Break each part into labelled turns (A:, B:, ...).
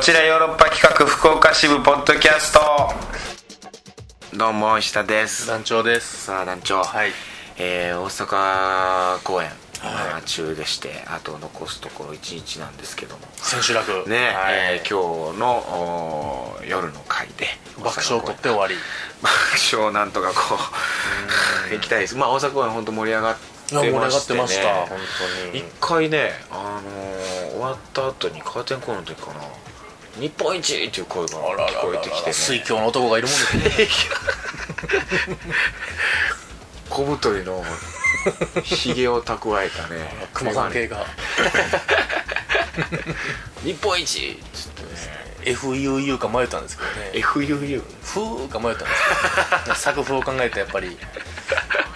A: ちらヨーロッパ企画福岡支部ポッドキャストどうも石田です
B: 団長です
A: さあ団長、
B: はい
A: えー大阪公演、
B: はい
A: まあ中でしてあと残すところ1日なんですけども
B: 千秋楽
A: ね、
B: はい
A: えー今日のおー夜の会で
B: 爆笑を取って
A: 大阪公演
B: 終わり
A: 爆笑をなんとかこう 行きたいですまあ大阪公演本当盛り上がってまして、ね、
B: いや盛り上がってました本当に
A: 一回ね、あのー終わった後にカーテンコールの時かな日本一っていう声が聞こえてきてね
B: 水郷の男がいるもんです ね
A: 小太りのひげを蓄えたね
B: 熊さん系が
A: 日本一っつってね
B: FUU か迷ったんですけどね
A: FUU
B: FU か迷ったんですけ ど作風を考えてやっぱり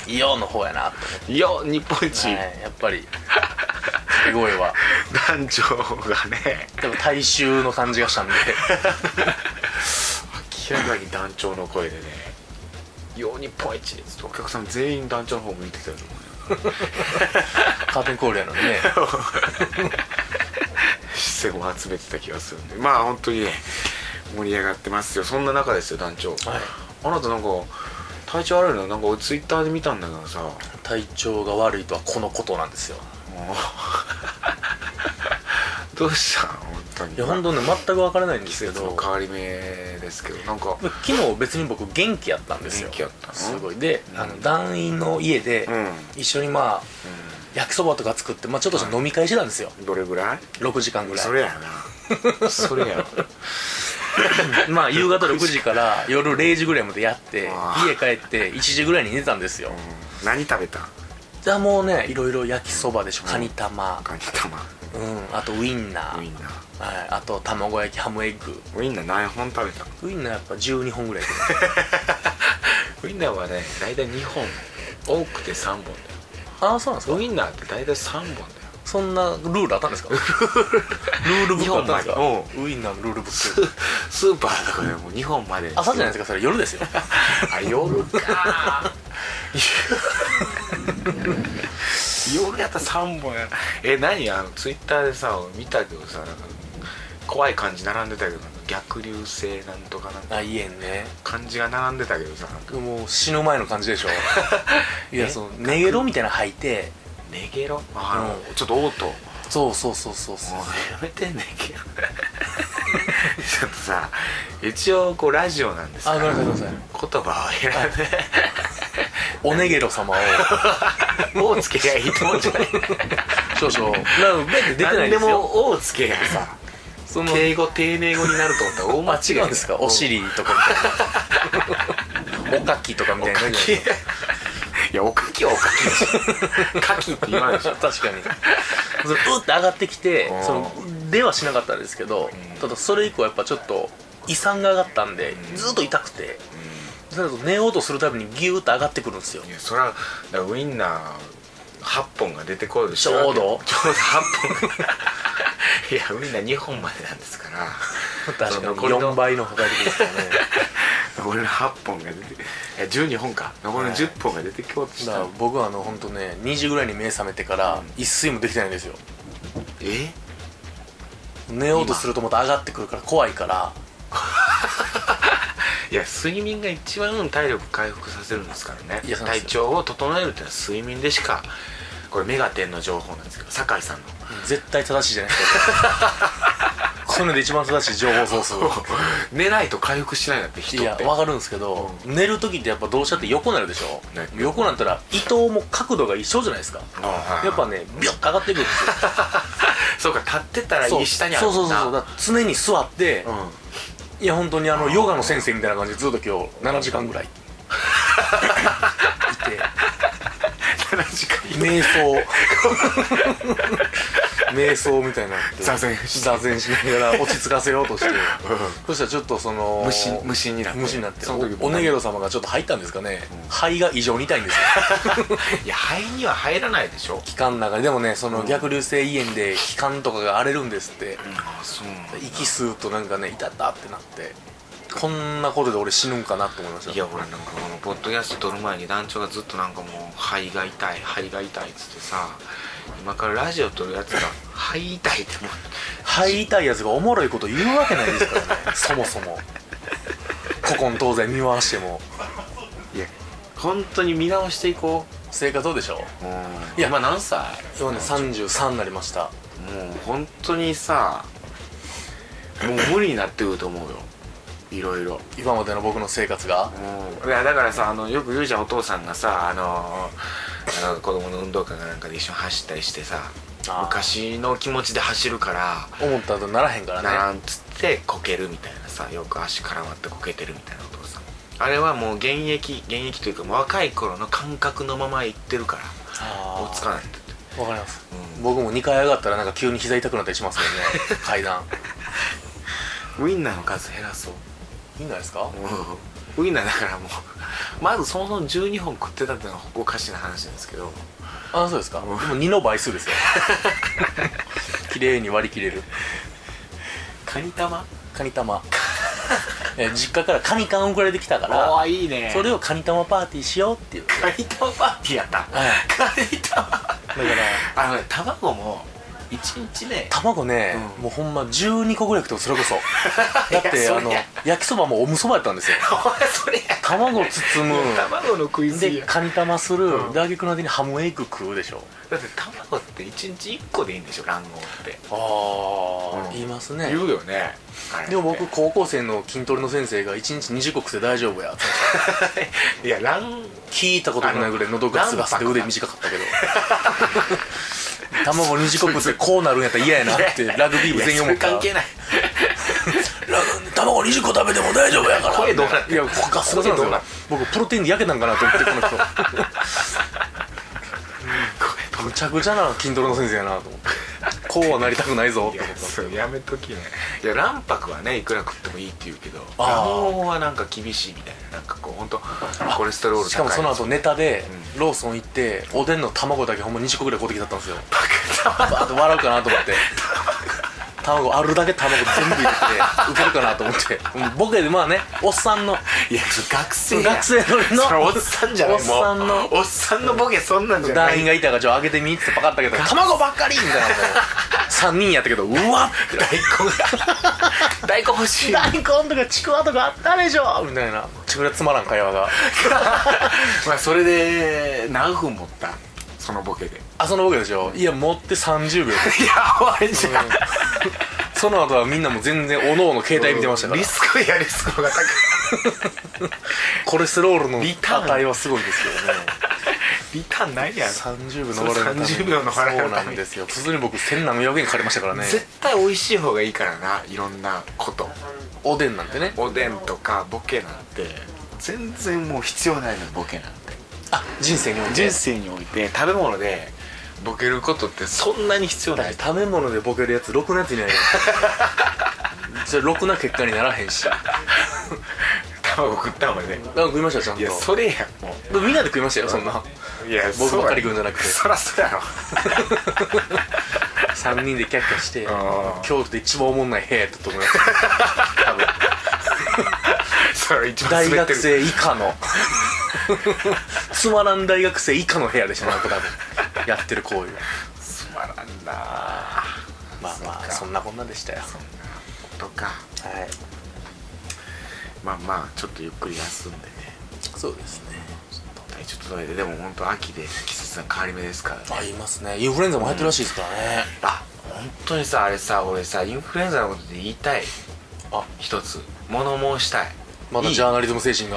B: イオンの方やなと思っ
A: いや日本一、
B: て、はい、やっぱり掛け声は
A: 団長がね
B: でも大衆の感じがし たんで
A: 明らかに団長の声でね「よう日本一」っつってお客さん全員団長の方向いてきたと思うね
B: カーテンコールやのにね
A: 視線を集めてた気がするんでまあ本当にね盛り上がってますよそんな中ですよ団長、
B: はい
A: あなたなんか体調悪いのなんかツイッターで見たんだけどさも
B: 体調が悪いとはこのことなんですよ
A: う どうしたん本当に
B: いや本当ね全く分からないんで
A: 季
B: すけ
A: 節
B: ど
A: の変わり目ですけどなんか
B: 昨日別に僕元気やったんですよ
A: 元気やったの
B: すごいで、
A: うん
B: あの団員の家で
A: うん、
B: 一緒にまあ焼きそばとか作って、まあ、ちょっとした飲み会してたんですよ
A: うんどれぐらい
B: 6時間ぐらい
A: それやな それや
B: まあ夕方6時から夜0時ぐらいまでやって
A: あー
B: 家帰って1時ぐらいに寝たんですよ
A: うん何食べたん
B: じゃあもうねいろいろ焼きそばでしょカニ玉
A: カニ玉
B: うんあとウインナー
A: ウインナー
B: はい、あと卵焼きハムエッグ
A: ウインナー何本食べたの
B: ウインナーやっぱ12本ぐ らい
A: ウインナーはね大体2本多くて3本だよ
B: ああそうなんですか
A: ウインナーって大体3本だよ
B: そんなルールあったんですか ルールブックあったんです
A: 日
B: か
A: 本
B: ウインナーのルールブック
A: スーパーとかでも2本まで
B: 朝じゃないですかそれ夜です よ
A: かあ夜か 夜やったら3本やえ何あのツイッターでさ見たけどさなんか怖い漢字並んでたけどなんか逆流性なんとかなんか
B: あいえんね
A: 漢字が並んでたけどさ
B: もう死ぬ前の感じでし ょいやそのネゲロみたいなの履いて
A: ネゲロあの、
B: う
A: ちょっとオート
B: そうそうそうそうそう
A: もうやめ てんねんけどちょっとさ一応こうラジオなんですか
B: あ
A: ら
B: ごめんなさい
A: 言
B: ごめんなさい
A: 葉を選んで、
B: おネゲロ様を
A: 「お」をつけりゃいいと思うんじゃない
B: 少々なんかベって出てない
A: 何
B: んです
A: で
B: よ
A: も「お」をつけりゃさ
B: その
A: 敬語丁寧語になると思ったら大間
B: あ
A: 違い
B: 違うんですかお尻とかみたいな おかきとかみ
A: お
B: たいな
A: か きいやおかきはおかきでしょかきって言わないで しょ
B: 確かにそのうって上がってきて
A: うん
B: そのではしなかったですけどただそれ以降やっぱちょっと胃酸が上がったんでずっと痛くてそれだと寝ようとするたびにギューッと上がってくるんですよ
A: いやそりゃだからウインナー8本が出てこるでし
B: ちょうど
A: ちょうど8本 いやウインナー2本までなんですから
B: 確かに
A: 残りの
B: 4倍の破壊力です よね
A: 残りの8本が出てえ12本か残りの10本が出てきようとし
B: だ
A: た
B: か
A: の、
B: ら僕はあの本当ね2時ぐらいに目覚めてから一睡もできてないんですよ
A: え
B: 寝ようとするとまた上がってくるから怖いから
A: いや睡眠が一番体力回復させるんですからね
B: いやそうなん
A: 体
B: です
A: 調を整えるっていうのは睡眠でしかこれメガテンの情報なんですけど酒井さんの
B: 絶対正しいじゃないです かこの世で一番正しい情報ソース
A: 寝ないと回復しないなんて人
B: いや
A: って
B: 分かるんですけど、寝る時ってやっぱどうしたって横になるでしょ、
A: ね
B: 横になったら伊藤も角度が一緒じゃないですかや
A: や
B: っぱねビュッと上がってくるんですよ
A: そうか立ってたら
B: そう
A: 右下にある
B: そ
A: も
B: うんそう
A: な
B: そうだから常に座っ て、
A: うん
B: いや本当にあのヨガの先生みたいな感じでずっと今日7時間ぐらいい
A: 7時間
B: て瞑 想瞑想みたいになって
A: 座禅して
B: 座禅しながら落ち着かせようとしてそしたらちょっとその
A: 虫虫になって
B: 虫になって
A: その時僕
B: おおねげろ様がちょっと入ったんですかね、肺が異常に痛いんですよ
A: いや肺には入らないでしょ
B: 気管の中ででもねその逆流性胃炎で気管とかが荒れるんですって
A: あそう
B: 息吸うとなんかね痛ったってなってこんなことで俺死ぬんかなって思いました
A: いや俺なんかこのポッドキャスト撮る前に団長がずっとなんかもう肺が痛い肺が痛いっつってさ今からラジオ撮るやつが肺痛いってもう
B: 入りたいやつがおもろいこと言うわけないですからね そもそも古今東西見回しても
A: いや本当に見直していこ
B: 生活どうでしょ
A: ううん
B: ういや
A: 今何歳
B: 今ね33になりました
A: もう本当にさもう無理になってくると思うよいろいろ
B: 今までの僕の生活が
A: いやだからさあのよく言うじゃんお父さんがさあのあの子供の運動会かなんかで一緒に走ったりしてさ
B: あー
A: 昔の気持ちで走るから
B: 思ったとならへんからね
A: ならんっつってこけるみたいなさよく足絡まってこけてるみたいなお父さんあれはもう現役現役というかもう若い頃の感覚のまま行ってるから
B: あー
A: 追っつかないんだって
B: わかります、
A: うん
B: 僕も2回上がったらなんか急に膝痛くなったりしますよ ね階段
A: ウインナーの数減らそう
B: いいんじゃないですか
A: うんウインナーだからもうまずそもそも12本食ってたっていうのがおかしな話なんですけど
B: あそうですか、でも2の倍数ですよ 綺麗に割り切れる
A: カニ玉
B: カニ玉え実家からカニ缶送られてきたか
A: あ
B: ら
A: あいいね
B: それをカニ玉パーティーしようっていう
A: カニ玉パーティーやった、
B: はい
A: カニ玉
B: だから
A: あのね卵も1日ね
B: 卵ね、
A: うん
B: もうほんま12個ぐらい食ってもそれこそだ っ
A: い
B: て
A: や
B: あ
A: そ
B: の
A: りゃ
B: 焼きそばもおむそばやったんですよ
A: お前それや
B: 卵包む
A: 卵の食いすぎ
B: で
A: や
B: カニ玉する、
A: うん
B: で揚げ句の手にハムエッグ食うでしょ
A: だって卵って1日1個でいいんでしょ卵黄って
B: あ
A: うん
B: 言いますね
A: 言うよねあれって
B: でも僕高校生の筋トレの先生が1日20個食って大丈夫やって
A: いや卵
B: 聞いたこともないぐらい喉ガスガスで腕短かったけど 卵20個食ってこうなるんやったら嫌やな ってラグビー部全員思った
A: いやそれ関係ない
B: ラ卵20個食べても大丈夫やから
A: 声どうなってん
B: いやガスガスなんで
A: 声
B: す
A: どう
B: よ
A: なって
B: 僕プロテインで焼けたんかなと思ってこ の人
A: こ
B: むちゃくちゃな筋トレの先生やなと思ってこうはなりたくないぞっ
A: い
B: て
A: や
B: 思ったんです
A: そ
B: け
A: う
B: ど
A: やめときねいや卵白はねいくら食ってもいいって言うけど
B: あー
A: 卵黄はなんか厳しいみたいななんかこう本当コレステロール高い
B: しかもその後ネタで
A: う
B: ローソン行っておでんの卵だけほんま20個ぐらい買うてきたったんですよ
A: バカ
B: バーッと笑うかなと思って卵あるだけ卵全部入れて受けるかなと思ってもうボケでまあねおっさんの
A: いや学生や
B: 学生乗り
A: それ
B: の
A: おっさんじゃない
B: おっさんの
A: もうおっさんのボケそんなんじゃな
B: 団
A: い
B: 員がいたからちょっと開けてみっつってパカッと開けたら卵ばっかりみたいなもう3人や ったけどうわっ
A: 大根が大根欲しい
B: 大根とかちくわとかあったでしょみたいなちくらつまらん会 話が
A: まあそれで何分持ったそのボケでい
B: あそのボケでしょいや持って30秒
A: やばいじゃん、
B: その後はみんなも全然おのおの携帯見てましたから
A: リスクやリスクが高い
B: コレステロールの
A: リターン
B: 値はすごいですけどね
A: リターンないやろ
B: 30秒の笑いのために
A: それ30秒の笑いのために
B: そうなんですよ普通に僕千何百円借りましたからね
A: 絶対美味しい方がいいからないろんなこと
B: おでんなんてね
A: おでんとかボケなんて全然もう必要ないのよボケなんて
B: あ人生において
A: 人生において食べ物でボケることってそんなに必要
B: だ
A: な
B: っ
A: い
B: て食べ物でボケるやつろくなや ついないよそれろくな結果にならへんし
A: 卵食ったもんね
B: あ食いましたちゃん
A: いや
B: と
A: それやんも
B: でもみんなで食いましたよそんな
A: ういや
B: 僕ばっかり
A: そ
B: 食う
A: うん
B: じゃなくて
A: そらそうやろ
B: 3人でキャッキャして
A: あー
B: 京都で一番おもんない部屋やったと思います多分
A: それ一番
B: 大
A: 滑って
B: 学
A: る
B: 生以下 のつまらん大学生以下の部屋でしたなんか多分やってる行為が
A: つまらんなあ
B: まあま
A: そ
B: あ
A: うか
B: そんなこんなでしたよ
A: そんなことか
B: はい
A: まあまあちょっとゆっくり休んでね
B: そうですね
A: 体調整えてでも本当秋で季節の変わり目ですからね
B: あいますねインフルエンザも入ってるらしいですからね、
A: あ本当にさあれさ俺さインフルエンザのことで言いたい
B: あ
A: 一つ物申したい
B: また
A: いい
B: ジャーナリズム精神が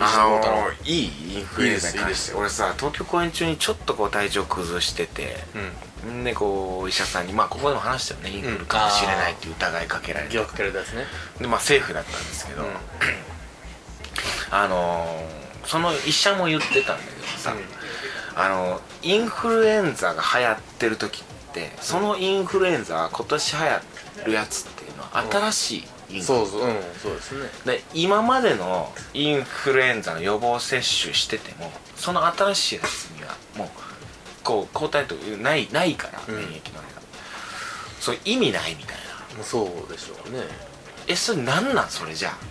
A: あ
B: 石田剛
A: の
B: 太
A: いいインフルエンザに関して俺さ東京公演中にちょっとこう体調崩してて
B: 郎
A: んでこう医者さんにまあここでも話したよねインフルかもしれないっていう疑いかけられ
B: うん
A: て、
B: 疑惑かけられたですね
A: でまあセーフだったんですけど、
B: うん
A: あのーその医者も言ってたんだけどさ、あのインフルエンザが流行ってる時ってそのインフルエンザは今年流行るやつっていうのは新しいインフル、
B: そうそううんそうですね
A: で今までのインフルエンザの予防接種しててもその新しいやつにはもうこう抗体というないないから
B: うん
A: 免疫のあれが、そう意味ないみたいな
B: もうそうでしょうね
A: えそれなんなんそれじゃあみ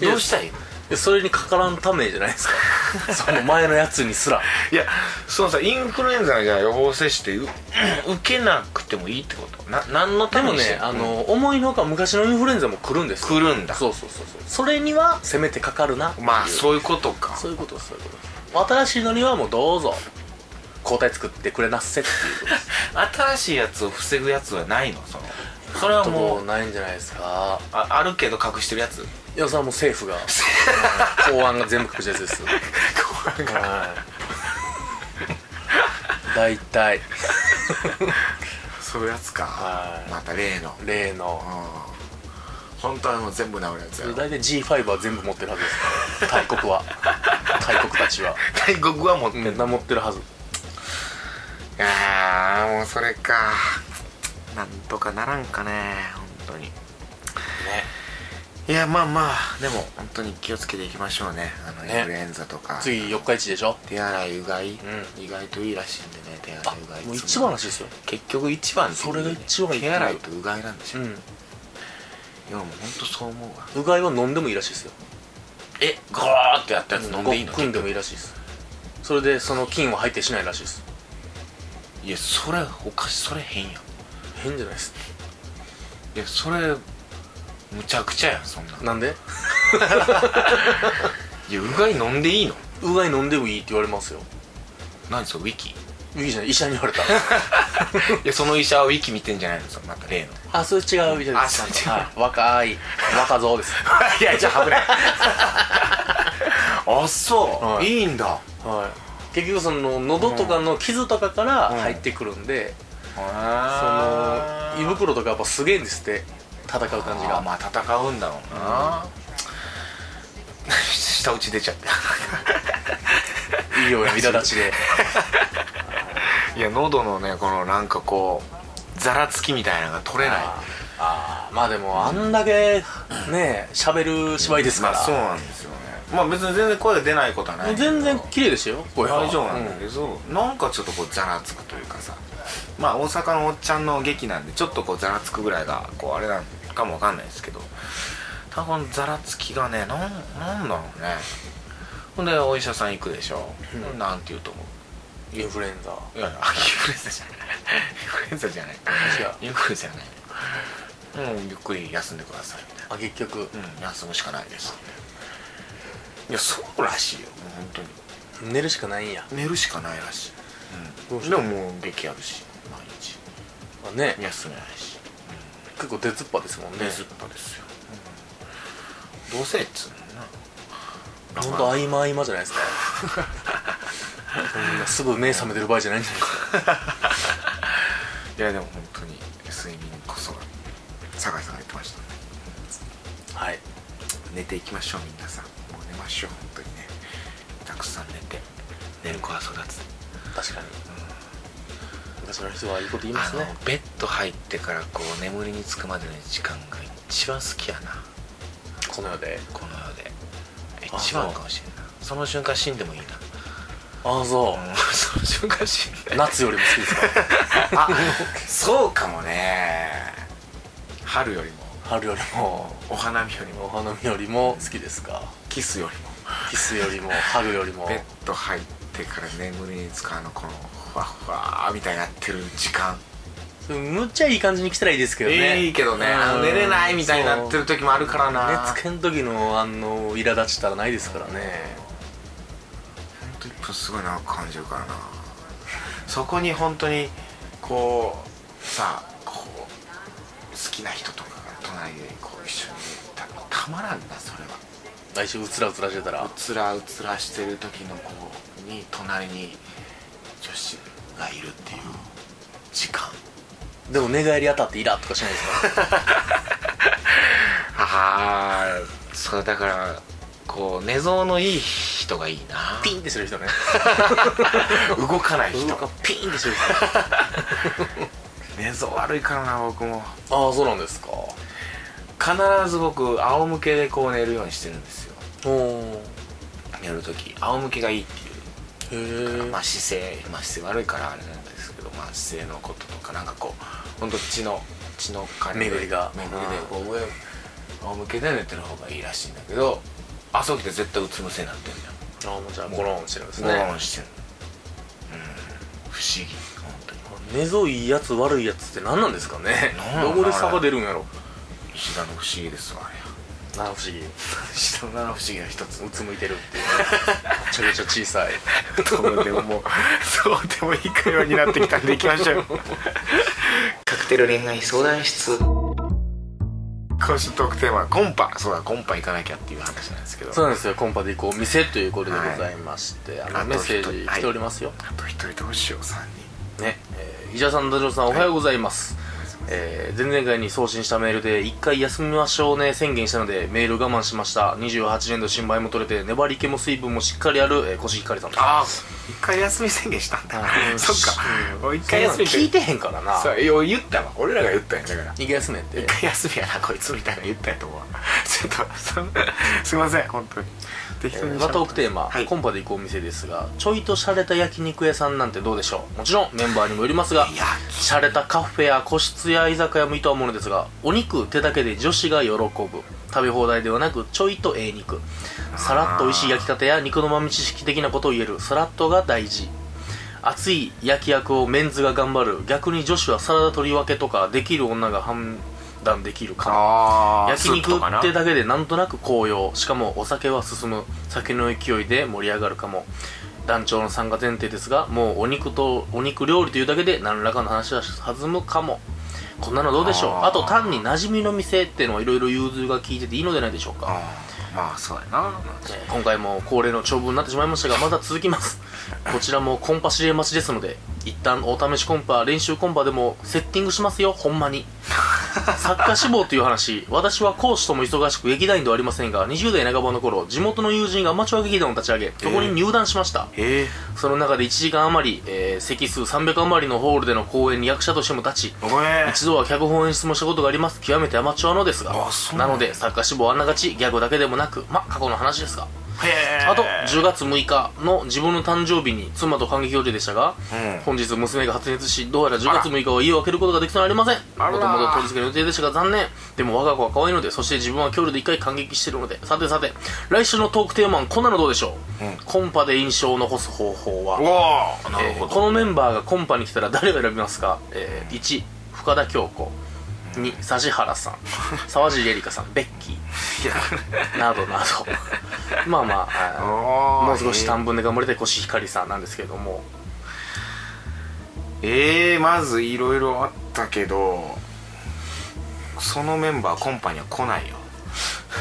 A: たいなどうしたらいいの
B: でそれにかからんためじゃない ですかその前のやつにすら
A: いやそのさインフルエンザのじゃあ予防接種ってう 受けなくてもいいってことな何の
B: で
A: ため
B: も
A: にして
B: ね、あの思いのほか昔のインフルエンザも来るんですよ
A: 来るんだ
B: そうそうそうそうそれにはせめてかかるなっていう
A: まあそういうことか
B: そういうことですそういうことです新しいのにはもうどうぞ抗体作ってくれなっせっていうことです
A: 新しいやつを防ぐやつはないのそのそれはも
B: ちょっと
A: う
B: ないんじゃないですか
A: ああるけど隠してるやつ
B: いやそれはもう政府がうん法案が全部口ですはい大体
A: そういうやつか
B: はい
A: また例の
B: 例の
A: 本当はもう全部治るやつやろ
B: 大体 G5 は全部持ってるはずです大国は大国たちは
A: 大国は持って
B: み
A: る
B: んな持ってるはず
A: あーもうそれかなんとかならんかね本当に
B: ね
A: いやまあまあでも本当に気をつけていきましょうねあの、
B: ね
A: インフルエンザとか
B: 次四日市でしょ
A: 手洗いうがい、
B: ん
A: 意外といいらしいんでね手洗いうがい
B: もう
A: いつも
B: 一番らしいですよ
A: 結局一番っていうね
B: それが一番いいってい
A: 手
B: う
A: 洗いとうがいなんでしょ、
B: う
A: い
B: ん
A: やもう本当そう思うわ
B: うがいは飲んでもいいらしいですよ
A: えゴーってやったやつ飲んでいいの
B: ごっくんでもいいらしいですそれでその菌は入ってしないらしいです
A: いやそれおかしいそれ変やんい
B: 変じゃないです
A: やそれむちゃくちゃやんそんな
B: なんで
A: いやうがい飲んでいいの
B: うがい飲んでもいいって言われますよ
A: 何それウ ィキい
B: いいじゃない医者に言われた
A: やその医者はウィキ見てんじゃないのそのまた例の
B: あそれ違う医者です
A: あそれ違う
B: はい、若い若造です
A: いやじゃあ危 ないあそう、
B: はい
A: い、いんだ
B: はい結局その喉とかの傷とかから入ってくるんで、その胃
A: その
B: 袋とかやっぱすげえんですって戦う感じ
A: あー
B: が
A: まあ戦うんだろうな、下打ち出ちゃった
B: 医療や苛立 ちで
A: いや喉のねこのなんかこうざらつきみたいなのが取れない
B: あーまあでもあんだけね喋る芝居ですか
A: まあそう
B: ら、
A: なんですよねまあ別に全然声が出ないことはないけど
B: 全然綺麗でしたよ声は
A: 大丈夫なん
B: う
A: だけど、なんかちょっとこうざらつくというかさまあ大阪のおっちゃんの劇なんでちょっとこうざらつくぐらいがこうあれなんかもわかんないですけど多分ざらつきがねなんなんだろうねほんでお医者さん行くでしょ、
B: うん
A: なんて言うと思
B: インフルエンザ
A: ういやいやインフルエンザじゃないインフルエンザじゃないインフルエンザじゃないうんゆっくり休んでくださいみたいな
B: あ結局
A: うん、休むしかないですいやそうらしいよもう本当に
B: 寝るしかないんや
A: 寝るしかないらしい、
B: どうし
A: でももう劇あるし毎日
B: まあね
A: 休めないし
B: 結構出ずっぱですもんね
A: 出ずっぱですよ、どうせっつうのに
B: ほん
A: な
B: と合間合間じゃないですかそんなすぐ目覚めてる場合じゃないんじゃないですか
A: いやでも本当に睡眠こそが酒井さんが言ってましたね
B: はい
A: 寝ていきましょうみんなさんもう寝ましょう本当にねたくさん寝て寝る子は育つ
B: 確かに昔の人はいいこと言いま
A: あ
B: す
A: の
B: ね
A: ベッド入ってからこう眠りにつくまでの時間が一番好きやな
B: この世で
A: この世で
B: あ
A: 一番かもしれんないその瞬間死んでもいいな、
B: ああそう
A: うん、 その瞬間死んで
B: 夏よりも好きです か
A: あそうかもね春よりも
B: 春よりも
A: お花見より
B: お
A: も
B: 花見よりも好きですか
A: キスより
B: キスよりも春よりも
A: もベッド入ってから眠りにつくあのこのふわふわみたいになってる時間
B: むっちゃいい感じに来たらいいですけどね
A: いいけどねあの寝れないみたいになってる時もあるからな
B: 寝つけん時のあの苛立ちたらないですからね
A: ほんと1分すごい長く感じるからなそこに本当にこうさこう好きな人とかが隣でこう一緒にいたたまらんなそれは
B: 来週うつらうつらしてたら
A: うつらうつらしてる時の子に隣に女子がいるっていう時間
B: でも寝返り当たってイラッとかしないですか
A: ああそうだからこう寝相のいい人がいいな
B: ピンってする人ね
A: 動かない人
B: 人がピンって する人
A: 寝相悪いからな僕も
B: ああそうなんですか
A: 必ず僕仰向けでこう寝るようにしてるんですよ
B: おお
A: 寝る時仰向けがいいっていう
B: へえ
A: まあ姿勢まあ姿勢悪いからあれなんですけどまあ姿勢のこととかなんかこうほんと血の血の
B: 巡りが
A: 巡りでこう上仰向けで寝てる方がいいらしいんだけど朝起きて絶対うつ伏せになってんだよ
B: あもうじゃあゴロンしてるんです
A: ゴロ
B: ね
A: ンしてんのうん不思議本当に
B: 寝相いいやつ悪いやつって何なんですかね
A: 何なん
B: どこで差が出るんやろ
A: 石田の不思議ですわ あれは
B: 七不思議
A: 石田の七不思議の一つ
B: うつむいてるって いうねめちゃめちゃ小さい
A: どうでももうそうでもいいかようになってきたんで行きましょうよカクテル恋愛相談室今週トークテーマはコンパそうだコンパ行かなきゃっていう話なんですけど
B: そうなんですよコンパで行こう店ということでございまして、
A: い
B: あのメッセージ来ておりますよ、
A: あと一人どうしよう3
B: ねえー、伊沢さんダジョウさんおはようございます、えー前々回に送信したメールで一回休みましょうね宣言したのでメール我慢しました28年度新米も取れて粘り気も水分もしっかりある、えー、コシヒカリさんと
A: ああ一回休み宣言したんだ
B: うん
A: そっか
B: うん
A: もう一回休み
B: そんなの聞いてへんからな
A: そうよう言ったわ俺らが言ったんやだから
B: 一回休めって
A: 一回休みやなこいつみたいなの言ったやと思うわちょっとそのすいません本当に適
B: え
A: 当に
B: ー
A: 喋
B: また奥テーマ、
A: はい
B: コンパで行くお店ですがちょいと洒落た焼肉屋さんなんてどうでしょうもちろんメンバーにもよりますが
A: いや
B: 洒落たカフェや個室や居酒屋もいいとは思うのですがお肉手だけで女子が喜ぶ食べ放題ではなくちょいとええ肉さらっと美味しい焼きたてや肉の豆知識的なことを言えるさらっとが大事熱い焼き役をメンズが頑張る逆に女子はサラダ取り分けとかできる女が判断できるかも
A: ああ
B: 焼肉っ
A: な
B: てだけでなんとなく紅葉しかもお酒は進む酒の勢いで盛り上がるかも団長の参加前提ですがもうお肉とお肉料理というだけで何らかの話は弾むかもこんなのどうでしょう
A: あー
B: あと単に馴染みの店ってのはいろいろ融通が効いてていいのではないでしょうか、
A: あーまあそうやな
B: えー今回も恒例の長文になってしまいましたがまだ続きます こちらもコンパ指令待ちですので一旦お試しコンパ練習コンパでもセッティングしますよほんまに作家志望という話私は講師とも忙しく劇団員ではありませんが20代半ばの頃地元の友人がアマチュア劇団を立ち上げそこに入団しました、
A: ええ
B: その中で1時間余り、えー席数300余りのホールでの公演に役者としても立ち
A: お前
B: 一度は脚本演出もしたことがあります極めてアマチュアのですが
A: あそう
B: なので作家志望はあながちギャグだけでもなくまあ過去の話ですがあと10月6日の自分の誕生日に妻と感激予定でしたが、
A: うん
B: 本日娘が発熱しどうやら10月6日は家を開けることができそうにありません
A: あら
B: もともと当日の予定でしたが残念でも我が子は可愛いのでそして自分は今日で1回感激しているのでさてさて来週のトークテーマはこんなのどうでしょう、
A: うん
B: コンパで印象を残す方法は、
A: おおな
B: え
A: る
B: ー
A: ほ
B: こ
A: ど
B: のメンバーがコンパに来たら誰を選びますか、えー1深田恭子2指原さん沢尻エリカさんベッキ
A: いや
B: ーなどなど まあまああー
A: おー
B: もう少し短文で頑張りたいコシヒカリさんなんですけれども、
A: ええまずいろいろあったけどそのメンバーコンパには来ないよ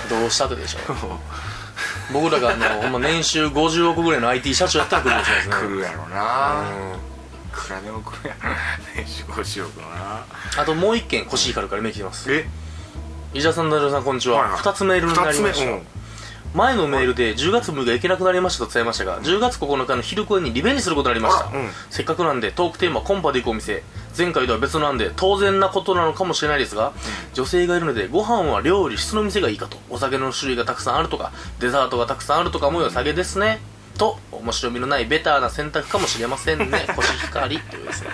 B: どうしたってでしょう僕らがあのほんま年収50億ぐらいの IT 社長やったら来るかもしれないです
A: 来
B: ね
A: るやろな、いくらでも来るやろ年収50億のな
B: あともう一件コシヒカリからメール来てます
A: え
B: 伊沢さん大丈夫さんこんにちは、二2つメールになりま
A: 二つ
B: し
A: 目
B: た、
A: うん
B: 前のメールで10月6日行けなくなりましたと伝えましたが10月9日の昼公演にリベンジすることになりました、
A: あらうん
B: せっかくなんでトークテーマコンパで行くお店前回とは別なんで当然なことなのかもしれないですが、女性がいるのでご飯は料理質の店がいいかとお酒の種類がたくさんあるとかデザートがたくさんあるとかもよ下げですねと面白みのないベターな選択かもしれませんね コシヒカリというですね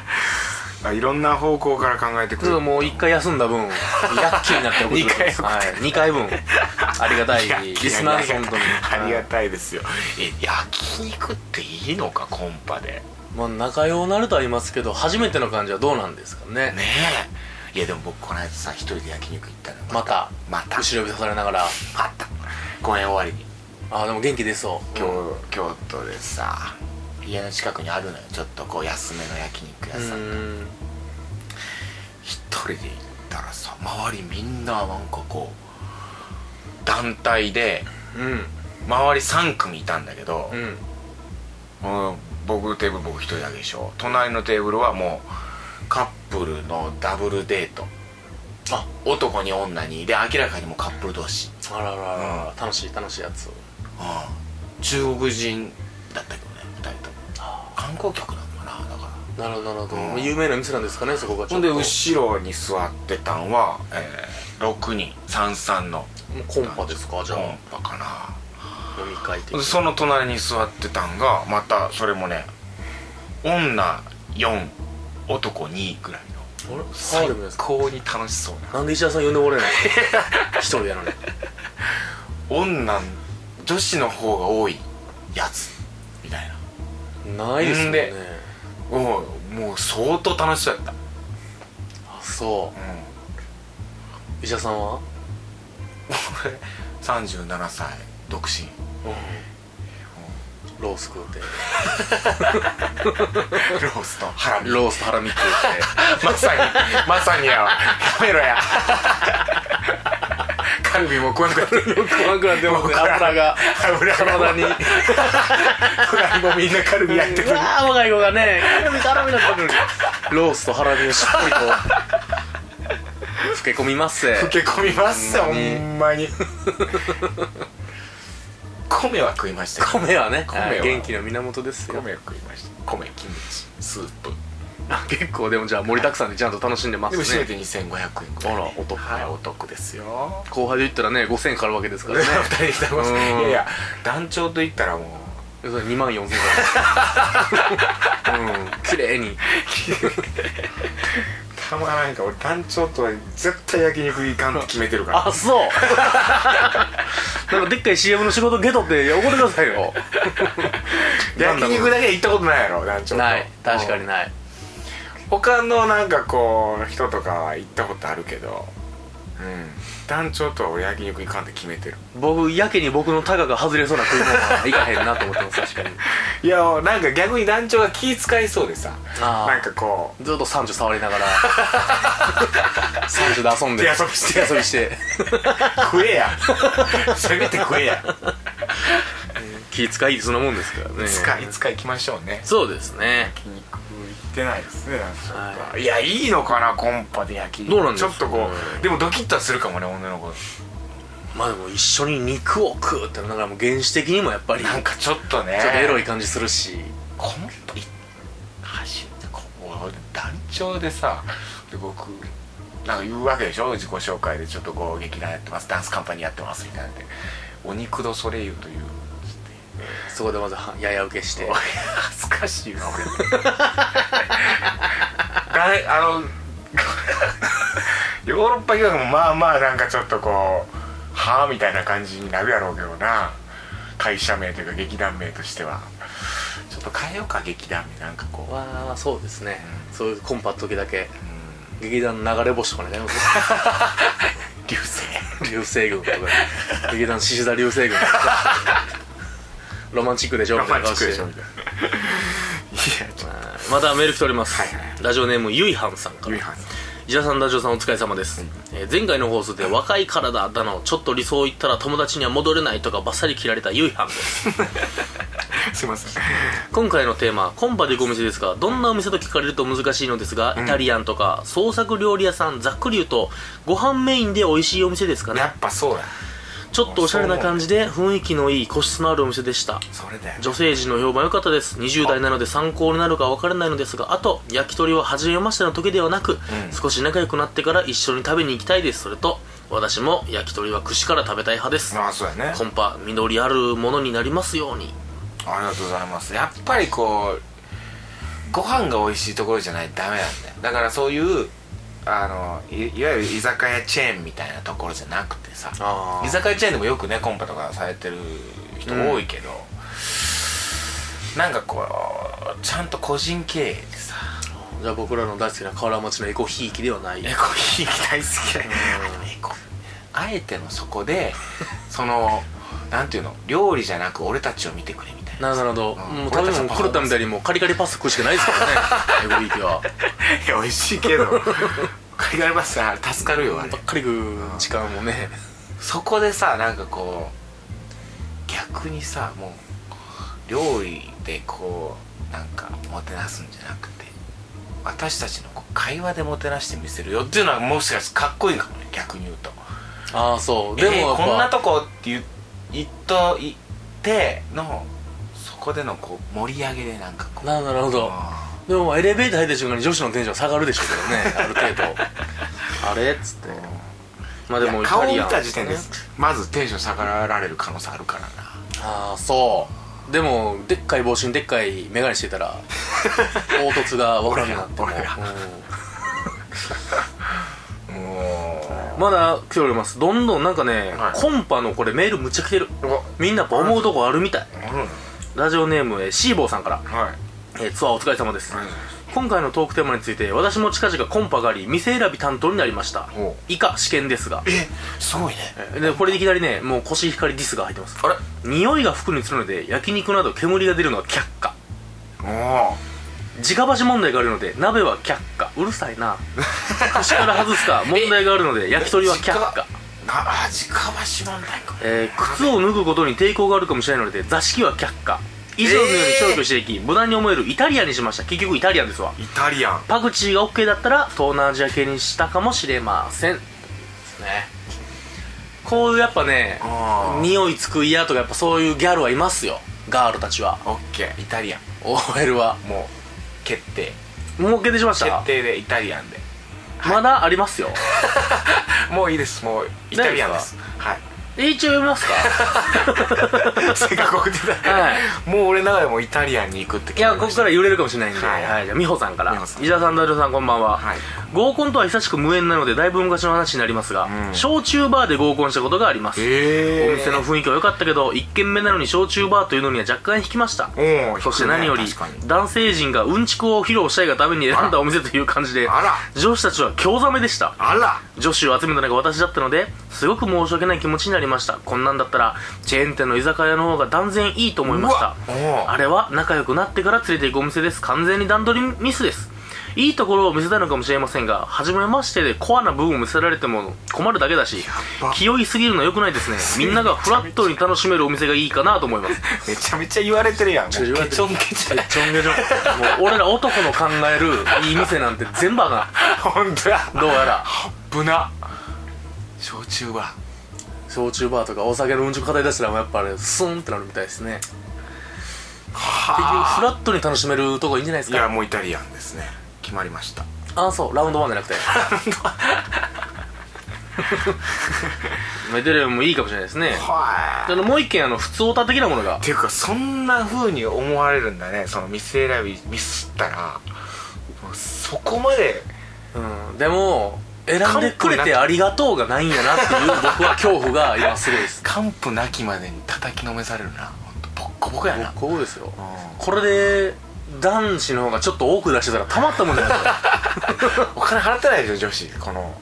A: あいろんな方向から考えてく
B: ちょっ
A: る
B: ともう1回休んだ分ラッキーになっておく
A: 二回
B: はい、2回分ありがた い
A: いやい
B: リ
A: や
B: スナーです本当に
A: ありがたいですよえ焼肉っていいのかコンパで
B: まあ仲良うなるとありますけど初めての感じはどうなんですかね
A: ねえいやでも僕この間さ一人で焼肉行ったの
B: また
A: また
B: 後ろ指さされながら
A: また公演終わりに
B: ああでも元気出そう
A: 京,、京都でさ家の近くにあるのよちょっとこう安めの焼肉屋
B: う
A: さん
B: ーん
A: 一人で行ったらさ周りみんななんかこう団体で
B: うん
A: 周り3組いたんだけど、
B: うん
A: うん、僕のテーブル僕一人だけでしょ隣のテーブルはもうカップルのダブルデート
B: あ
A: 男に女にで明らかにもうカップル同士、
B: あらららら楽しい楽しいやつ
A: うん、中国人だったけどね二人とも観光客なのかなだから
B: なるほどなるほど、
A: うん
B: 有名な店なんですかねそこがち
A: ほ
B: ょっ
A: んで
B: と
A: 後ろに座ってたんは、えー、6人33の
B: もうコンパですかじゃ
A: コン
B: あ
A: パかな
B: 飲み会的
A: で
B: な
A: その隣に座ってたんがまたそれもね女4男2くらいの
B: あれハ
A: 最
B: ーレムですか
A: 高に楽しそうな
B: なんで石田さん呼んでもらえないの一人やのに
A: 女女子の方が多いやつみたいな
B: ないですも
A: ん
B: んね
A: でおうもう相当楽しそうやった、
B: あそ
A: うん
B: う医者さんは
A: 俺37歳独身
B: うんロース食うて
A: ロースとハラミ
B: ロースとハラミ食う
A: まさにまさにやわやめろやカルビも食わんくなって
B: てよくわからんでも
A: 僕ら
B: 油が
A: 油が
B: 体に
A: フライもみんなカルビやってる
B: うわー若い子がね絡み絡みの食べるロースとハラミをしっぽりと吹け込みますせ
A: 老け込みますよ
B: ほ
A: ほ
B: んまに
A: んまに米は食いましたよ
B: 米はね
A: 米は
B: はい元気の源ですよ
A: 米は食いました米キムチスープ
B: あ結構でもじゃあ盛りだくさんでちゃんと楽しんでま
A: でも締
B: す
A: め
B: ね
A: て2500円ぐ
B: あ
A: らい
B: らお得
A: はいお得ですよ
B: 後輩で言ったらね5000円かかるわけですか
A: 二
B: らね
A: 人で食べます
B: うん
A: いやいや団長と言ったらもう
B: 2万4000円から うん綺麗に
A: たまらんか俺団長とは絶対焼肉いかんって決めてるから
B: あそうなんかでっかい CM の仕事ゲトって怒ってください よ
A: 焼肉だけ行ったことないやろ団長と
B: ない確かにない
A: 他のなんかこう人とかは行ったことあるけどうん団長とは俺焼肉行かんって決めてる
B: 僕やけに僕のタガが外れそうな食い物はいかへんなと思ってます確 かに
A: いやなんか逆に団長が気遣いそうでさ
B: あー
A: なんかこ
B: ずっと三十触りながら 三十で遊んで
A: 手遊びして
B: 手遊びして
A: う食えや せめて食えや
B: 気遣いそんなもんですからね
A: いつかいつか行きましょうね
B: そうですね
A: 焼肉行ってないですね団長とは
B: はい
A: やいいのかなコンパで焼肉
B: どうなんで
A: ち
B: す
A: ょ
B: か
A: っとこうでもドキッとはするかもね女の子
B: まあでも一緒に肉を食うってなんかもう原始的にもやっぱりち
A: なん
B: ょ
A: かちょっとね
B: っとエロい感じするし
A: コンパい初めてこう団長でさで僕なんか言うわけでしょ自己紹介でちょっとこう劇団やってますダンスカンパニーやってますみたいなんで「お肉ドソレイユ」というつって
B: そこでまずはやや受けして
A: おい恥ずかしい な俺があのヨーロッパ企画もまあまあなんかちょっとこうはあみたいな感じになるやろうけどな会社名というか劇団名としてはちょっと変えようか劇団名なんかこう、
B: わあそうですね
A: う
B: そういうコンパの時だけ
A: うん、
B: 劇団流れ星とかね
A: 流星
B: 流星群とか劇団獅子座流星群とか ロマンチックでしょみたいな顔して
A: みたいないやちょっ
B: またメール来ております、
A: はいはい
B: ラジオネームゆいはんさんか
A: とゆい
B: ら
A: はんさん
B: 石田さんラジオさんお疲れ様です、えー前回の放送で若いからだだのちょっと理想を言ったら友達には戻れないとかバッサリ切られたゆいはんです
A: すいません
B: 今回のテーマコンパで行くお店ですがどんなお店と聞かれると難しいのですが、イタリアンとか創作料理屋さんざっくり言うとご飯メインで美味しいお店ですかね
A: やっぱそうだ
B: ちょっとおしゃれな感じで雰囲気のいい個室のあるお店でした
A: それだよ
B: 女性陣の評判良かったです20代なので参考になるか分からないのですがあと焼き鳥は初めましての時ではなく、
A: ん
B: 少し仲良くなってから一緒に食べに行きたいですそれと私も焼き鳥は串から食べたい派です
A: まあそうやね
B: コンパ実りあるものになりますように
A: ありがとうございますやっぱりこうご飯が美味しいところじゃないとダメなんだよだからそういうあのいいわゆる居酒屋チェーンみたいなところじゃなくてさ
B: あー
A: 居酒屋チェーンでもよくねコンパとかされてる人多いけど、なんかこうちゃんと個人経営でさ
B: じゃあ僕らの大好きな河原町のエコひいきではない
A: エコひいき大好きだよ
B: うん
A: あエコあえてのそこでそのなんていうの料理じゃなく俺たちを見てくれみたいな
B: なるほど、
A: ん
B: もう食べ物狂ったみたいにもうカリカリパス食うしかないですからね エコひいきはい
A: や美味しいけどカリカリパスタ助かるよあれ
B: ばっかり食う時間もね
A: そこでさなんかこう逆にさもう料理でこうなんかもてなすんじゃなくて私たちのこう会話でもてなしてみせるよっていうのはもしかしてかっこいいかもね逆に言うと
B: ああそう
A: で
B: でも
A: も、
B: やっぱ、
A: こんなとこって言言っといてのそこでのこう盛り上げでなんかこう
B: なるほど
A: あ
B: でもエレベーター入った瞬間に女子のテンション下がるでしょうけどね ある程度あれっつってまあ
A: ー
B: でも
A: い
B: イ
A: や顔
B: タ
A: 見
B: リアン
A: た時点で
B: ね
A: まずテンション下がられる可能性あるからな
B: ああそうでもでっかい帽子にでっかい眼鏡して たら凹凸が分からなくなっても
A: 俺ら俺ら
B: う
A: も
B: まだ来ておりますどんどんなんかね、
A: はい
B: コンパのこれメールむっちゃ来てるみんなやっぱ思うとこあるみたい
A: あるの
B: ラジオネームえーシーボーさんから、
A: はい
B: えーツアーお疲れ様です、
A: ありがとう
B: 今回のトークテーマについて私も近々コンパがあり店選び担当になりました
A: ほ
B: 以下試験ですが
A: えすごいね
B: えーでこれでいきなりねもうコシヒカリディスが入ってます
A: あれ
B: 匂いが服につくので焼肉など煙が出るのは却下
A: お
B: 直橋問題があるので鍋は却下うるさいな口から外 すか問題があるので焼き鳥は却下
A: おなあ直橋問題か
B: えー靴を脱ぐことに抵抗があるかもしれないので座敷は却下以上のように消去していき、無難に思えるイタリアンにしました結局イタリアンですわ
A: イタリアン
B: パクチーが OK だったら東南アジア系にしたかもしれませんですねこういうやっぱね
A: あー
B: 匂いつく嫌とかやっぱそういうギャルはいますよガールたちは
A: オッケーイタリアン
B: OL は
A: もう決定
B: 儲けてしまし
A: 決
B: た
A: 定でイタリアンで
B: まだありますよ
A: もういいですもうイタリアンですはい
B: え一応読みますか
A: せっかく送ってた、、
B: はい
A: もう俺の中でもイタリアンに行くって
B: いやここからら揺れるかもしれないんで、は
A: はいい
B: じゃあ美穂さんから
A: 美穂さん
B: 石田さん大丈夫さんこんばんは、
A: はい
B: 合コンとは久しく無縁なのでだいぶ昔の話になりますが、
A: うん
B: 焼酎バーで合コンしたことがあります、
A: ええ
B: お店の雰囲気は良かったけど1軒目なのに焼酎バーというのには若干引きました
A: おお
B: そして何より
A: 確かに
B: 男性陣がうんちくを披露したいがために選んだお店という感じで
A: あら
B: 女子たちは興ざめでした
A: あら
B: 女子を集めたのが私だったのですごく申し訳ない気持ちになりましたこんなんだったらチェーン店の居酒屋の方が断然いいと思いました
A: うわおう
B: あれは仲良くなってから連れて行くお店です完全に段取りミスですいいところを見せたいのかもしれませんが初めましてでコアな部分を見せられても困るだけだし
A: ば
B: 気負いすぎるのは良くないですねみんながフラットに楽しめるお店がいいかなと思います
A: めちゃめちゃ言われてるやんもう
B: ょ言われ
A: ケ
B: て
A: チョンケチョン
B: ちょんげちょんもう俺ら男の考えるいい店なんて全部あか
A: 本当や
B: んどうやら
A: ぶな焼酎は
B: 焼酎バーとかお酒のうんちく語り出したらもうやっぱあれスンってなるみたいですね結局フラットに楽しめるとこいいんじゃないです
A: いや
B: か
A: もうイタリアンですね決まりました
B: ああそうラウンドワンじゃな くてメデレもいいかもしれないですね
A: は
B: あのもう一件あの普通オタ的なものが
A: っていうかそんな風に思われるんだねその店選びミスったらもうそこまで
B: うんでも選んでくれてありがとうがないんやなっていう僕は恐怖が今すごいです
A: 完膚なきまでに叩きのめされるなほんとボッコボコやな
B: こうですよ
A: う
B: これで男子の方がちょっと多く出してたらたまったもんじゃないですか
A: んお金払ってないでしょ女子この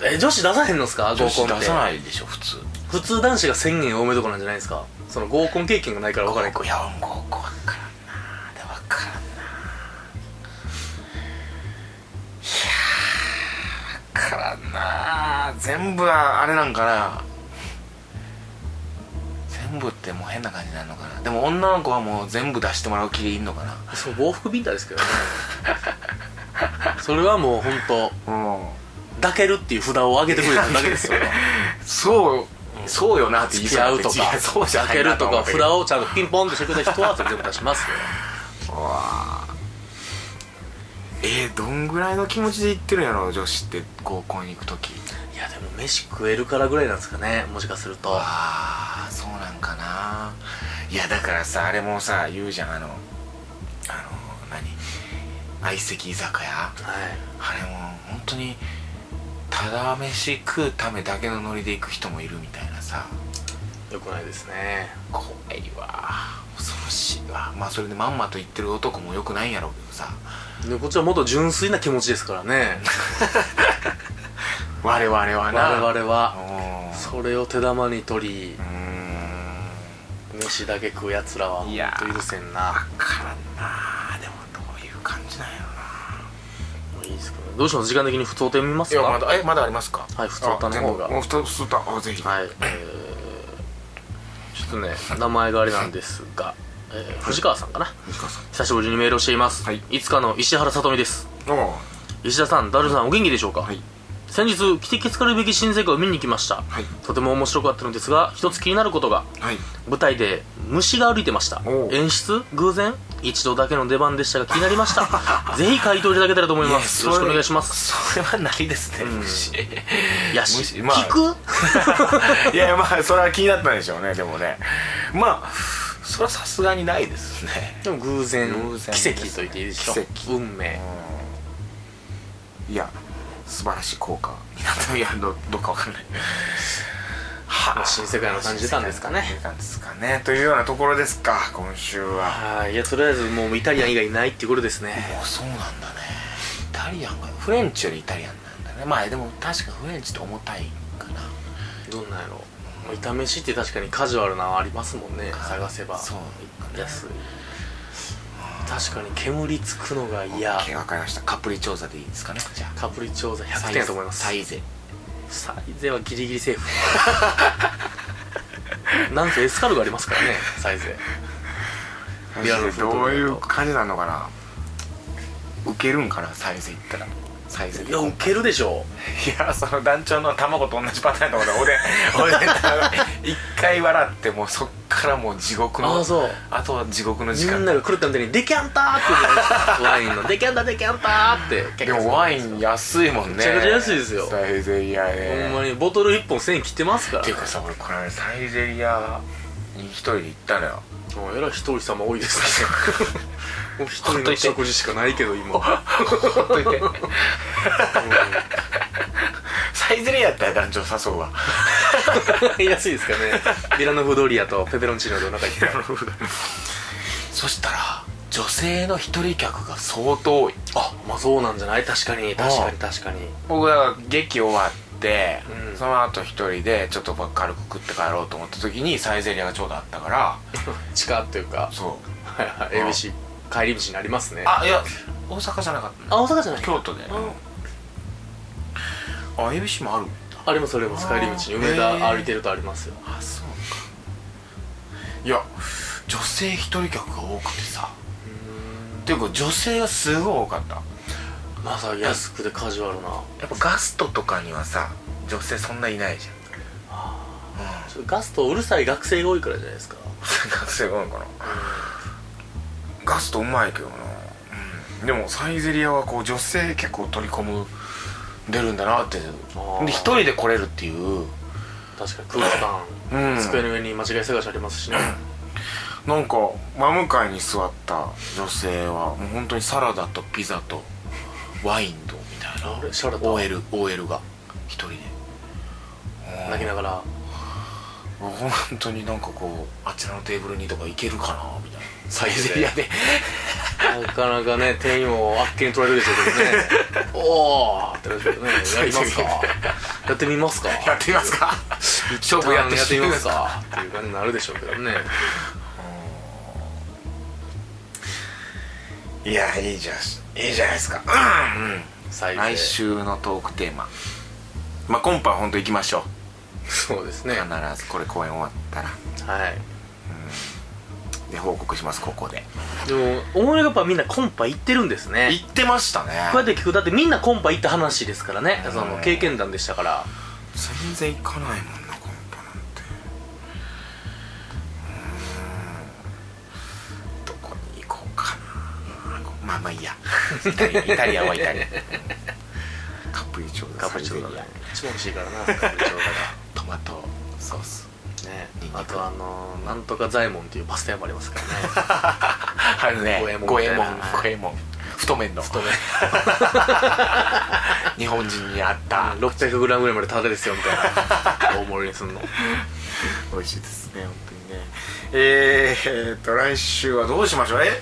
B: え女子出さへんのですか合
A: 女
B: コ
A: 子
B: ンって
A: 出さないでしょ普通
B: 普通男子が1000円多めとこなんじゃないですかその合コン経験がないから分からない
A: いやもうこ分からんなで分からんないやー分からんな全部はあれなんかな全部ってもう変な感じになるのかなでも女の子はもう全部出してもらう気でいいのかな
B: そう往復ビンタですけどねそれはもう本当
A: うん
B: 抱けるっていう札を上げてくれただけですよ
A: そうそうよなって言い
B: 付
A: そう
B: き
A: に
B: 合
A: なって
B: うとか
A: いやそうじゃな
B: 抱け
A: い
B: る
A: な
B: と
A: 思
B: か
A: って
B: 札をちゃんとピンポンってしてくれた人はそれ全部出しますよ
A: うわーえー、どんぐらいの気持ちで行ってるんやろ女子って合コン行く時
B: いやでも飯食えるからぐらいなんですかねもしかすると
A: ああそうなんかないやだからさあれもさ言うじゃんあのあの何相席居酒屋
B: はい
A: あれも本当にただ飯食うためだけのノリで行く人もいるみたいなさ
B: よくないですね
A: 怖いわ恐ろしいわまあそれでまんまと言ってる男もよくないんやろうけどさ
B: でこっちはもっと純粋な気持ちですからね
A: 我々はな
B: 我々は
A: 々
B: それを手玉に取り
A: うーん
B: 飯だけ食うやつらは本
A: いや
B: 当許せんな
A: 分からんなでもどういう感じなんやろない
B: いですかねどうします時間的に普通点見ます
A: い
B: か
A: やまだえまだありますか
B: はい普通歌の方が
A: あ全部もう普通普通歌あぜひ
B: はい、えー、ちょっとね名前があれなんですが、えー藤川さんかな
A: 藤川さん
B: 久しぶりにメールをしています、
A: はい
B: い、つかの石原さとみです
A: お
B: 石田さんダルさんお元気でしょうか、
A: はい
B: 先日来て気づかるべき新世界を見に来ました、
A: はい
B: とても面白かったのですが一つ気になることが
A: はい
B: 舞台で虫が歩いてました
A: おう
B: 演出偶然一度だけの出番でしたが気になりました ぜひ回答いただけたらと思いますよろしくお願いします
A: それはないですね
B: ん
A: 虫
B: やし、
A: 虫まあ
B: 聞く
A: いやまあそれは気になったんでしょうねでもねまあそれはさすがにないですね
B: でも偶然
A: 偶然です
B: 奇跡と言っていいでしょ
A: 奇跡
B: 運命
A: いや素晴らしい効果になったいやどどうかわかんないはあ
B: 新世界の感じたんですかね
A: 新世界の感じですかねというようなところですか今週は
B: はいいやとりあえずもうイタリアン以外ないっていうことですね
A: もうそうなんだねイタリアンがフレンチよりイタリアンなんだねまあでも確かフレンチって重たいかな
B: どんなんやろう炒めしって確かにカジュアルなのありますもんね探せば
A: そう
B: 安い確かに煙つくのが嫌
A: OK わかりましたカプリ調査でいいですかねじゃあ
B: カプリチョーザ100点だと思います
A: サイゼ
B: サイゼはギリギリセーフ なんせエスカルがありますからねサイゼリアルなフード
A: どういう感じなのかなウケるんかなサイゼ行ったらサイゼ
B: いやウケるでしょ
A: いやその団長の卵と同じパターンのことでおでんおでん一回笑ってもうそっからもう地獄の
B: ああそう
A: あとは地獄の
B: み
A: 時間
B: んなが狂ったみたいに「デキャンター!」って言うん ですよワインの「デキャンターデキャンター!」って
A: でもワイン安いもんね
B: めちゃくちゃ安いですよ
A: サイゼリアで
B: ほんまにボトル1本1000円切ってますから
A: ていうかさ俺この間サイゼリアに一人で行ったのよ
B: もうえらい一人様多いです ねもう一人の食事しかないけど今
A: ほっといてサイゼリアやったら団長誘うわ
B: 安いですか ねミラノフードリアとペペロンチーノでお腹いっぱ い
A: そしたら女性の一人客が相当多い
B: あまあそうなんじゃない確かに確かに確かに
A: 僕は劇終わって、
B: うん
A: その後一人でちょっと軽く食って帰ろうと思った時にサイゼリアがちょうどあったから
B: 地下というか
A: そう
B: はいはい ABC 帰り道になりますね
A: あいや大阪じゃなかった
B: あ大阪じゃな
A: 京都で、あ ABC もある
B: ありますあります帰り道に梅田歩いてるとありますよ
A: あそうかいや女性一人客が多くてさっていうか女性がすごい多かった
B: まだ安くてカジュアルな
A: やっぱガストとかにはさ女性そんないないじゃ
B: ちょっとガストうるさい学生が多いからじゃないですか
A: ん学生が多いのかなガストうまいけどな、うん、でもサイゼリアはこう女性客を取り込む出るんだなってで
B: ー
A: 一人で来れるっていう、
B: 確かに空気感
A: うん、
B: 机の上に間違い探しありますしね
A: なんか真向かいに座った女性はもう本当にサラダとピザとワインとみたい
B: あ
A: な
B: れサラダ
A: OLOL が一人で
B: 泣きながら
A: 本当になんかこうあちらのテーブルにとか行けるかなみたいなサイゼリアで
B: なかなかね店員もあっけに取られるでしょう けどねおーってなるけどねやりますかやってみますか
A: やってみます か勝負
B: や
A: や
B: っ
A: っててみ
B: やってみま
A: ますすか
B: かっていう感じになるでしょうけどね
A: いやいいじゃんいいじゃないですかうん、うん
B: 最
A: 来週のトークテーマまあ今晩本当行きましょう
B: そうですね
A: 必
B: は
A: ずこれ公演終わったら
B: い
A: で報告しますここで
B: でも思いがやっぱみんなコンパ行ってるんですね
A: 行ってましたね
B: こうやって聞くだってみんなコンパ行った話ですからね
A: うん
B: その経験談でしたから
A: 全然行かないもんなコンパなんてうーんどこに行こうかなまあまあいいやイタ リアイタリアはイタリアカプリチョー
B: カ
A: ダ
B: プリチ
A: サイゼ
B: ョーザ
A: リ
B: が
A: ア
B: 一番美味しいからなカプリチョー
A: トマトソース
B: ザがね
A: ニンニク
B: あとあのーなんとか左衛門っていうパスタ屋もありますからね
A: あるね
B: 五
A: 五
B: 右
A: 右
B: 衛
A: 衛
B: 門
A: 門五右衛門太麺の
B: 太麺
A: 日本人に合った
B: 6 0 0ムぐらいまでタダですよみたい な大盛りにすんの
A: 美味しいですね本当にねえー、えーと来週はどうしましょうえ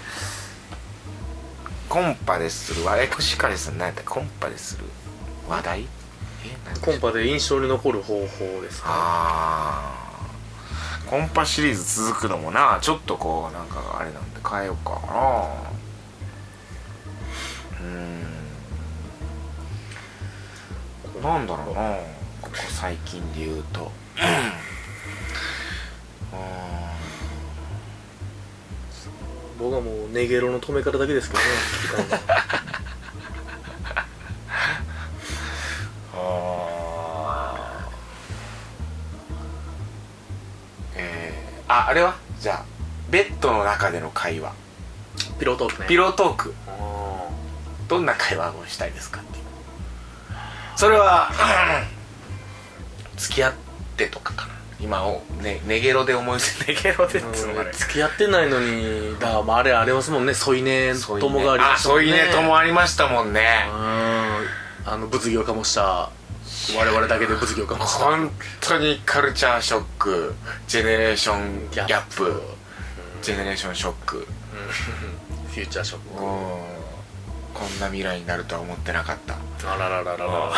A: コンパでする話えコシカレさん何やったコンパでする話題え何
B: コンパで印象に残る方法ですか
A: あーコンパシリーズ続くのもなちょっとこうなんかあれなんで変えようかなうーんなんだろうなここ最近で言うとうんうーん
B: 僕はもうネゲロの止め方だけですけどね
A: あーえー、ああれはじゃあベッドの中での会話
B: ピロートークね
A: ピ
B: ロ
A: ロートークどんな会話をしたいですかっていうそれは、うん付き合ってとかかな今をねネゲロで思いつ ネゲロでっつうのがね
B: 付き合ってないのにだからまああれありますもんね添い寝
A: 添い
B: 友がありま
A: あ
B: したもん
A: 添
B: ね
A: い寝友ありましたもんね
B: うんあの物議を醸した我々だけで物議を醸した
A: 本当にカルチャーショックジェネレーションギャップジェネレーションショック
B: フューチャーショッ
A: おーこんな未来になるとは思ってなかった
B: クあららららら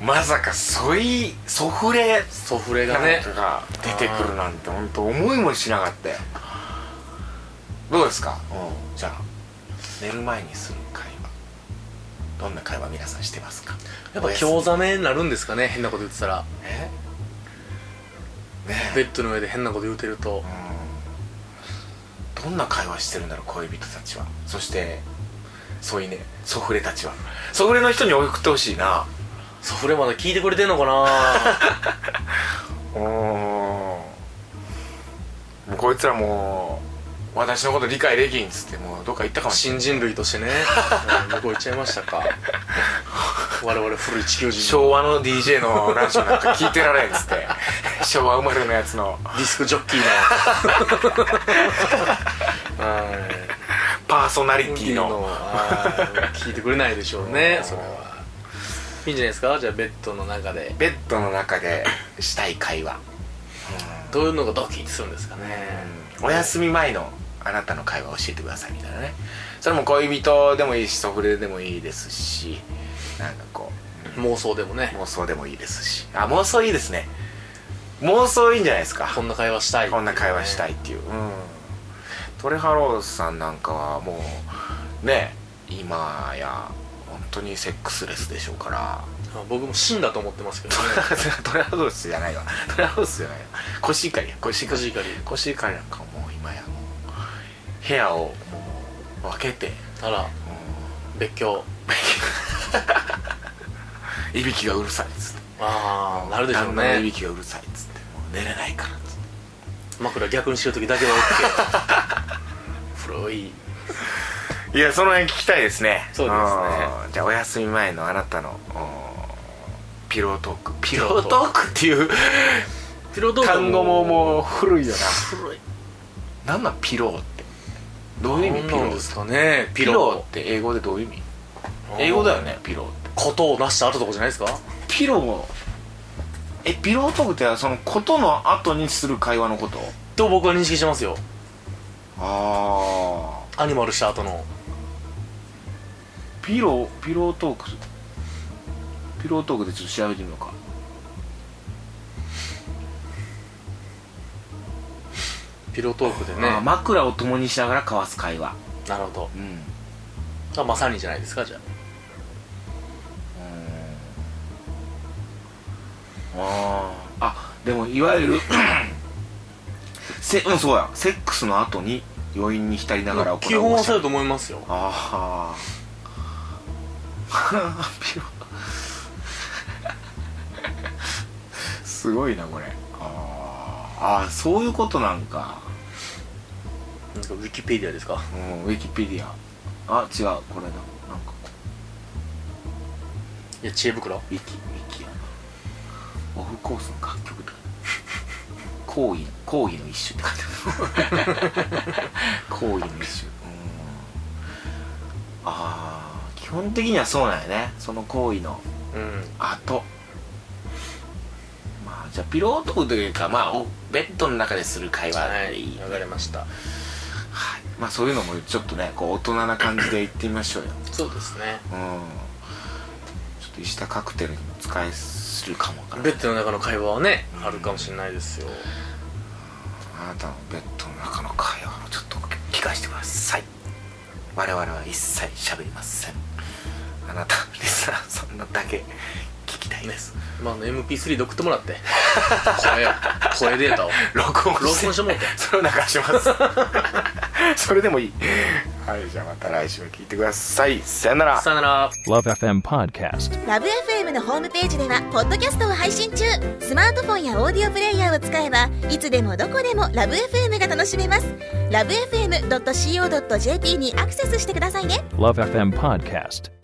A: まさかソイソフレ
B: ソフレ
A: な
B: が
A: ん
B: ね
A: かが出てくるなんて本当思いもしなかったよどうですか、うん、じゃあ寝る前にする会話どんな会話皆さんしてますか
B: やっぱ
A: おやすみ
B: 興ざめになるんですかね変なこと言ってたら
A: えねえ
B: ベッドの上で変なこと言うてると
A: うんどんな会話してるんだろう恋人たちはそしてそういねソフレたちはソフレの人に送ってほしいな
B: ソフレまだ聞いてくれてんのかな
A: うんもうこいつらもう私のこと理解できんっつってもうどっか行ったかもし
B: 新人類としてね うん向こう行っちゃいましたか 我々古い地球
A: れん
B: 人の
A: 昭和の DJ のラジオなんか聞いてられんっつって 昭和生まれのやつの
B: ディスクジョッキー のはい
A: パーソナリテ
B: テ
A: ィ
B: ィの
A: の
B: はい聞いてくれないでしょうねそれはいいんじゃないですかじゃあベッドの中で
A: ベッドの中でしたい会話
B: どういうのがドキッとするんですかね
A: お休み前のあなたの会話を教えてくださいみたいなねそれも恋人でもいいしソフレでもいいですしなんかこ
B: 妄想でもね
A: う妄想でもいいですしあ妄想いいですね妄想いいんじゃないですか
B: こんな会話したい
A: こんな会話した
B: い
A: いっていう、うんトレハローズさんなんかはもうね今や本当にセックスレスでしょうから
B: 僕も死んだと思ってますけど
A: ト
B: ね
A: レトレハローズじゃないわトレハローズじゃないわコシヒカリやコシヒカ
B: コ
A: リ
B: シヒカリ
A: コシヒカリなんかもう今やもう部屋をもう分けて、
B: あら別居
A: いびきがうるさいっつって
B: ああなるでしょう
A: 旦那のいび
B: ね
A: きがうるさいっつってもう寝れないからっつって
B: 枕逆にしてる時だけは OK 古い
A: いやその辺聞きたいですね
B: そうですね
A: うんじゃあお休み前のあなたのうんピロートークピ
B: ロ
A: ロ
B: ー
A: ー
B: トーク
A: トークっていう
B: ピロートークは
A: 単語ももう古いよ
B: 古い
A: ななんなんピローってどういう意味ピロ
B: 何なん
A: ー
B: ですかね
A: ピローって英語でどういう意味英語だよねピローって
B: ことをなした後とかじゃないですか
A: ピローえピロートークってそのことの後にする会話のこと
B: と僕は認識してますよ
A: ああ
B: アニマルした後の
A: ピローピロートークピロートークでちょっと調べてみようか
B: ピロートークでね
A: あー枕を共にしながら交わす会話
B: なるほど
A: うんうん
B: あまさにじゃないですかじゃ
A: あーあでもいわゆる せうんそうやセックスの後に余韻に浸りながら行
B: あ
A: う
B: 基本はそう
A: あ
B: だと思いますよ
A: あーピロ すごいなこれあーあーそういうことなんか
B: なんかウィキペディアですか
A: うん、ウィキペディアあ違うこれだなんか
B: いや知恵袋
A: ウィキウィキやなオフコースの楽曲だ講義講義の一種って書いてある講義の一種うんああ基本的にはそうなんやねその行為の
B: うん
A: 後まあじゃあピロートークというかまあおベッドの中でする会話
B: は
A: でい
B: い
A: いね、
B: 流れました
A: はいまあそういうのもちょっとねこう大人な感じで行ってみましょうよ
B: そうですね
A: うんちょっと石田カクテルにも使えするかもわからな
B: ベ
A: い
B: ッドの中の会話はねあるかもしれないですよ
A: あなたのベッドの中の会話もちょっと聞かせてください我々は一切喋りませんあなたリスナーさんのだけ聞きたいです、
B: まああの MP3 で送ってもらって声を声データを
A: 録音
B: 録音してもらって
A: それを流しますそ れでもいいはいじゃあまた来週も聞いてくださいさよなら
B: さよなら
C: Love FM Podcast.
D: ラブ f m のホームページではポッドキャストを配信中スマートフォンやオーディオプレイヤーを使えばいつでもどこでもラブ f m が楽しめますラブ FM.co.jp にアクセスしてくださいね
C: Love FM Podcast.